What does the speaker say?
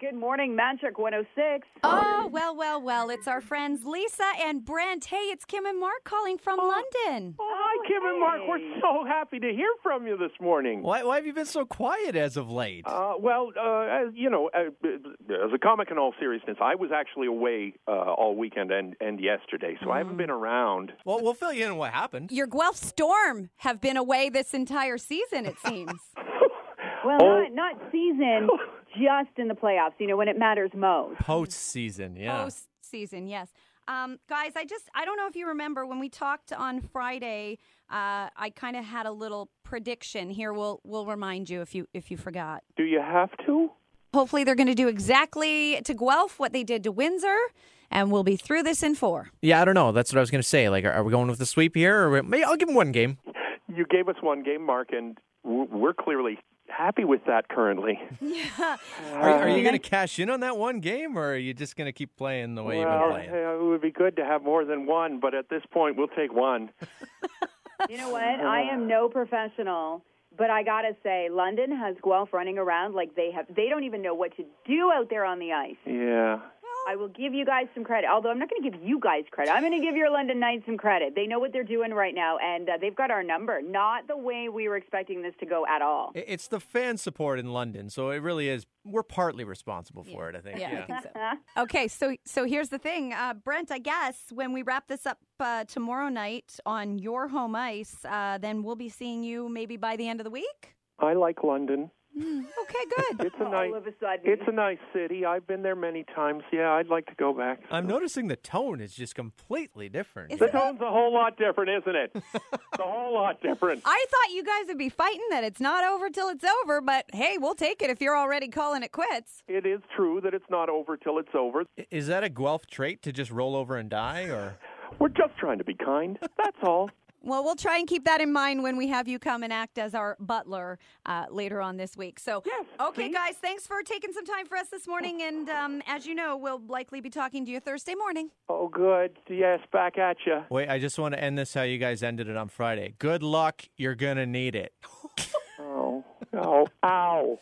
Good morning, Magic 106. Oh, well, well, well. It's our friends Lisa and Brent. Hey, it's Kim and Mark calling from London. Oh, hi, Kim and Mark. We're so happy to hear from you this morning. Why, why have you been so quiet as of late? Uh, well, uh, as, you know, uh, as a comic in all seriousness, I was actually away uh, all weekend and, and yesterday, so I Mm. haven't been around. well, we'll fill you in on what happened. Your Guelph Storm have been away this entire season, it seems. Well, Oh. not, not season, just in the playoffs, you know, when it matters most. Postseason, yeah. Post season, yes. Um, guys, I just, I don't know if you remember when we talked on Friday, uh, I kind of had a little prediction here. We'll, we'll remind you if you, if you forgot. Do you have to? Hopefully they're going to do exactly to Guelph what they did to Windsor, and we'll be through this in four. yeah, I don't know. That's what I was going to say. Like, are, are we going with the sweep here? Or we- maybe I'll give him one game. You gave us one game, Mark, and w- we're clearly happy with that currently. Are, are you Um, going to cash in on that one game, or are you just going to keep playing the way well, you've been uh, playing? yeah, it would be good to have more than one, but at this point, we'll take one. You know what? I am no professional, but I got to say, London has Guelph running around like they have, they don't even know what to do out there on the ice. Yeah. I will give you guys some credit, although I'm not going to give you guys credit. I'm going to give your London Knights some credit. They know what they're doing right now, and uh, they've got our number. Not the way we were expecting this to go at all. It- It's the fan support in London, so it really is. We're partly responsible for it, I think. Yeah, I think so. okay, so so here's the thing, uh, Brent. I guess when we wrap this up uh, tomorrow night on your home ice, uh, then we'll be seeing you maybe by the end of the week. I like London. Okay, good. It's a nice. All of a sudden. It's a nice city. I've been there many times. Yeah, I'd like to go back. I'm noticing the tone is just completely different. Is The it- tone's a whole lot different, isn't it? It's a whole lot different. I thought you guys would be fighting that it's not over till it's over, but hey, we'll take it if you're already calling it quits. It is true that it's not over till it's over. Is that a Guelph trait to just roll over and die, or We're just trying to be kind. That's all. Well, we'll try and keep that in mind when we have you come and act as our butler uh, later on this week. So, okay, guys, thanks for taking some time for us this morning. And um, as you know, we'll likely be talking to you Thursday morning. Oh, good. Yes, back at you. wait? I just want to end this how you guys ended it on Friday. Good luck. You're gonna need it. Oh, oh, ow.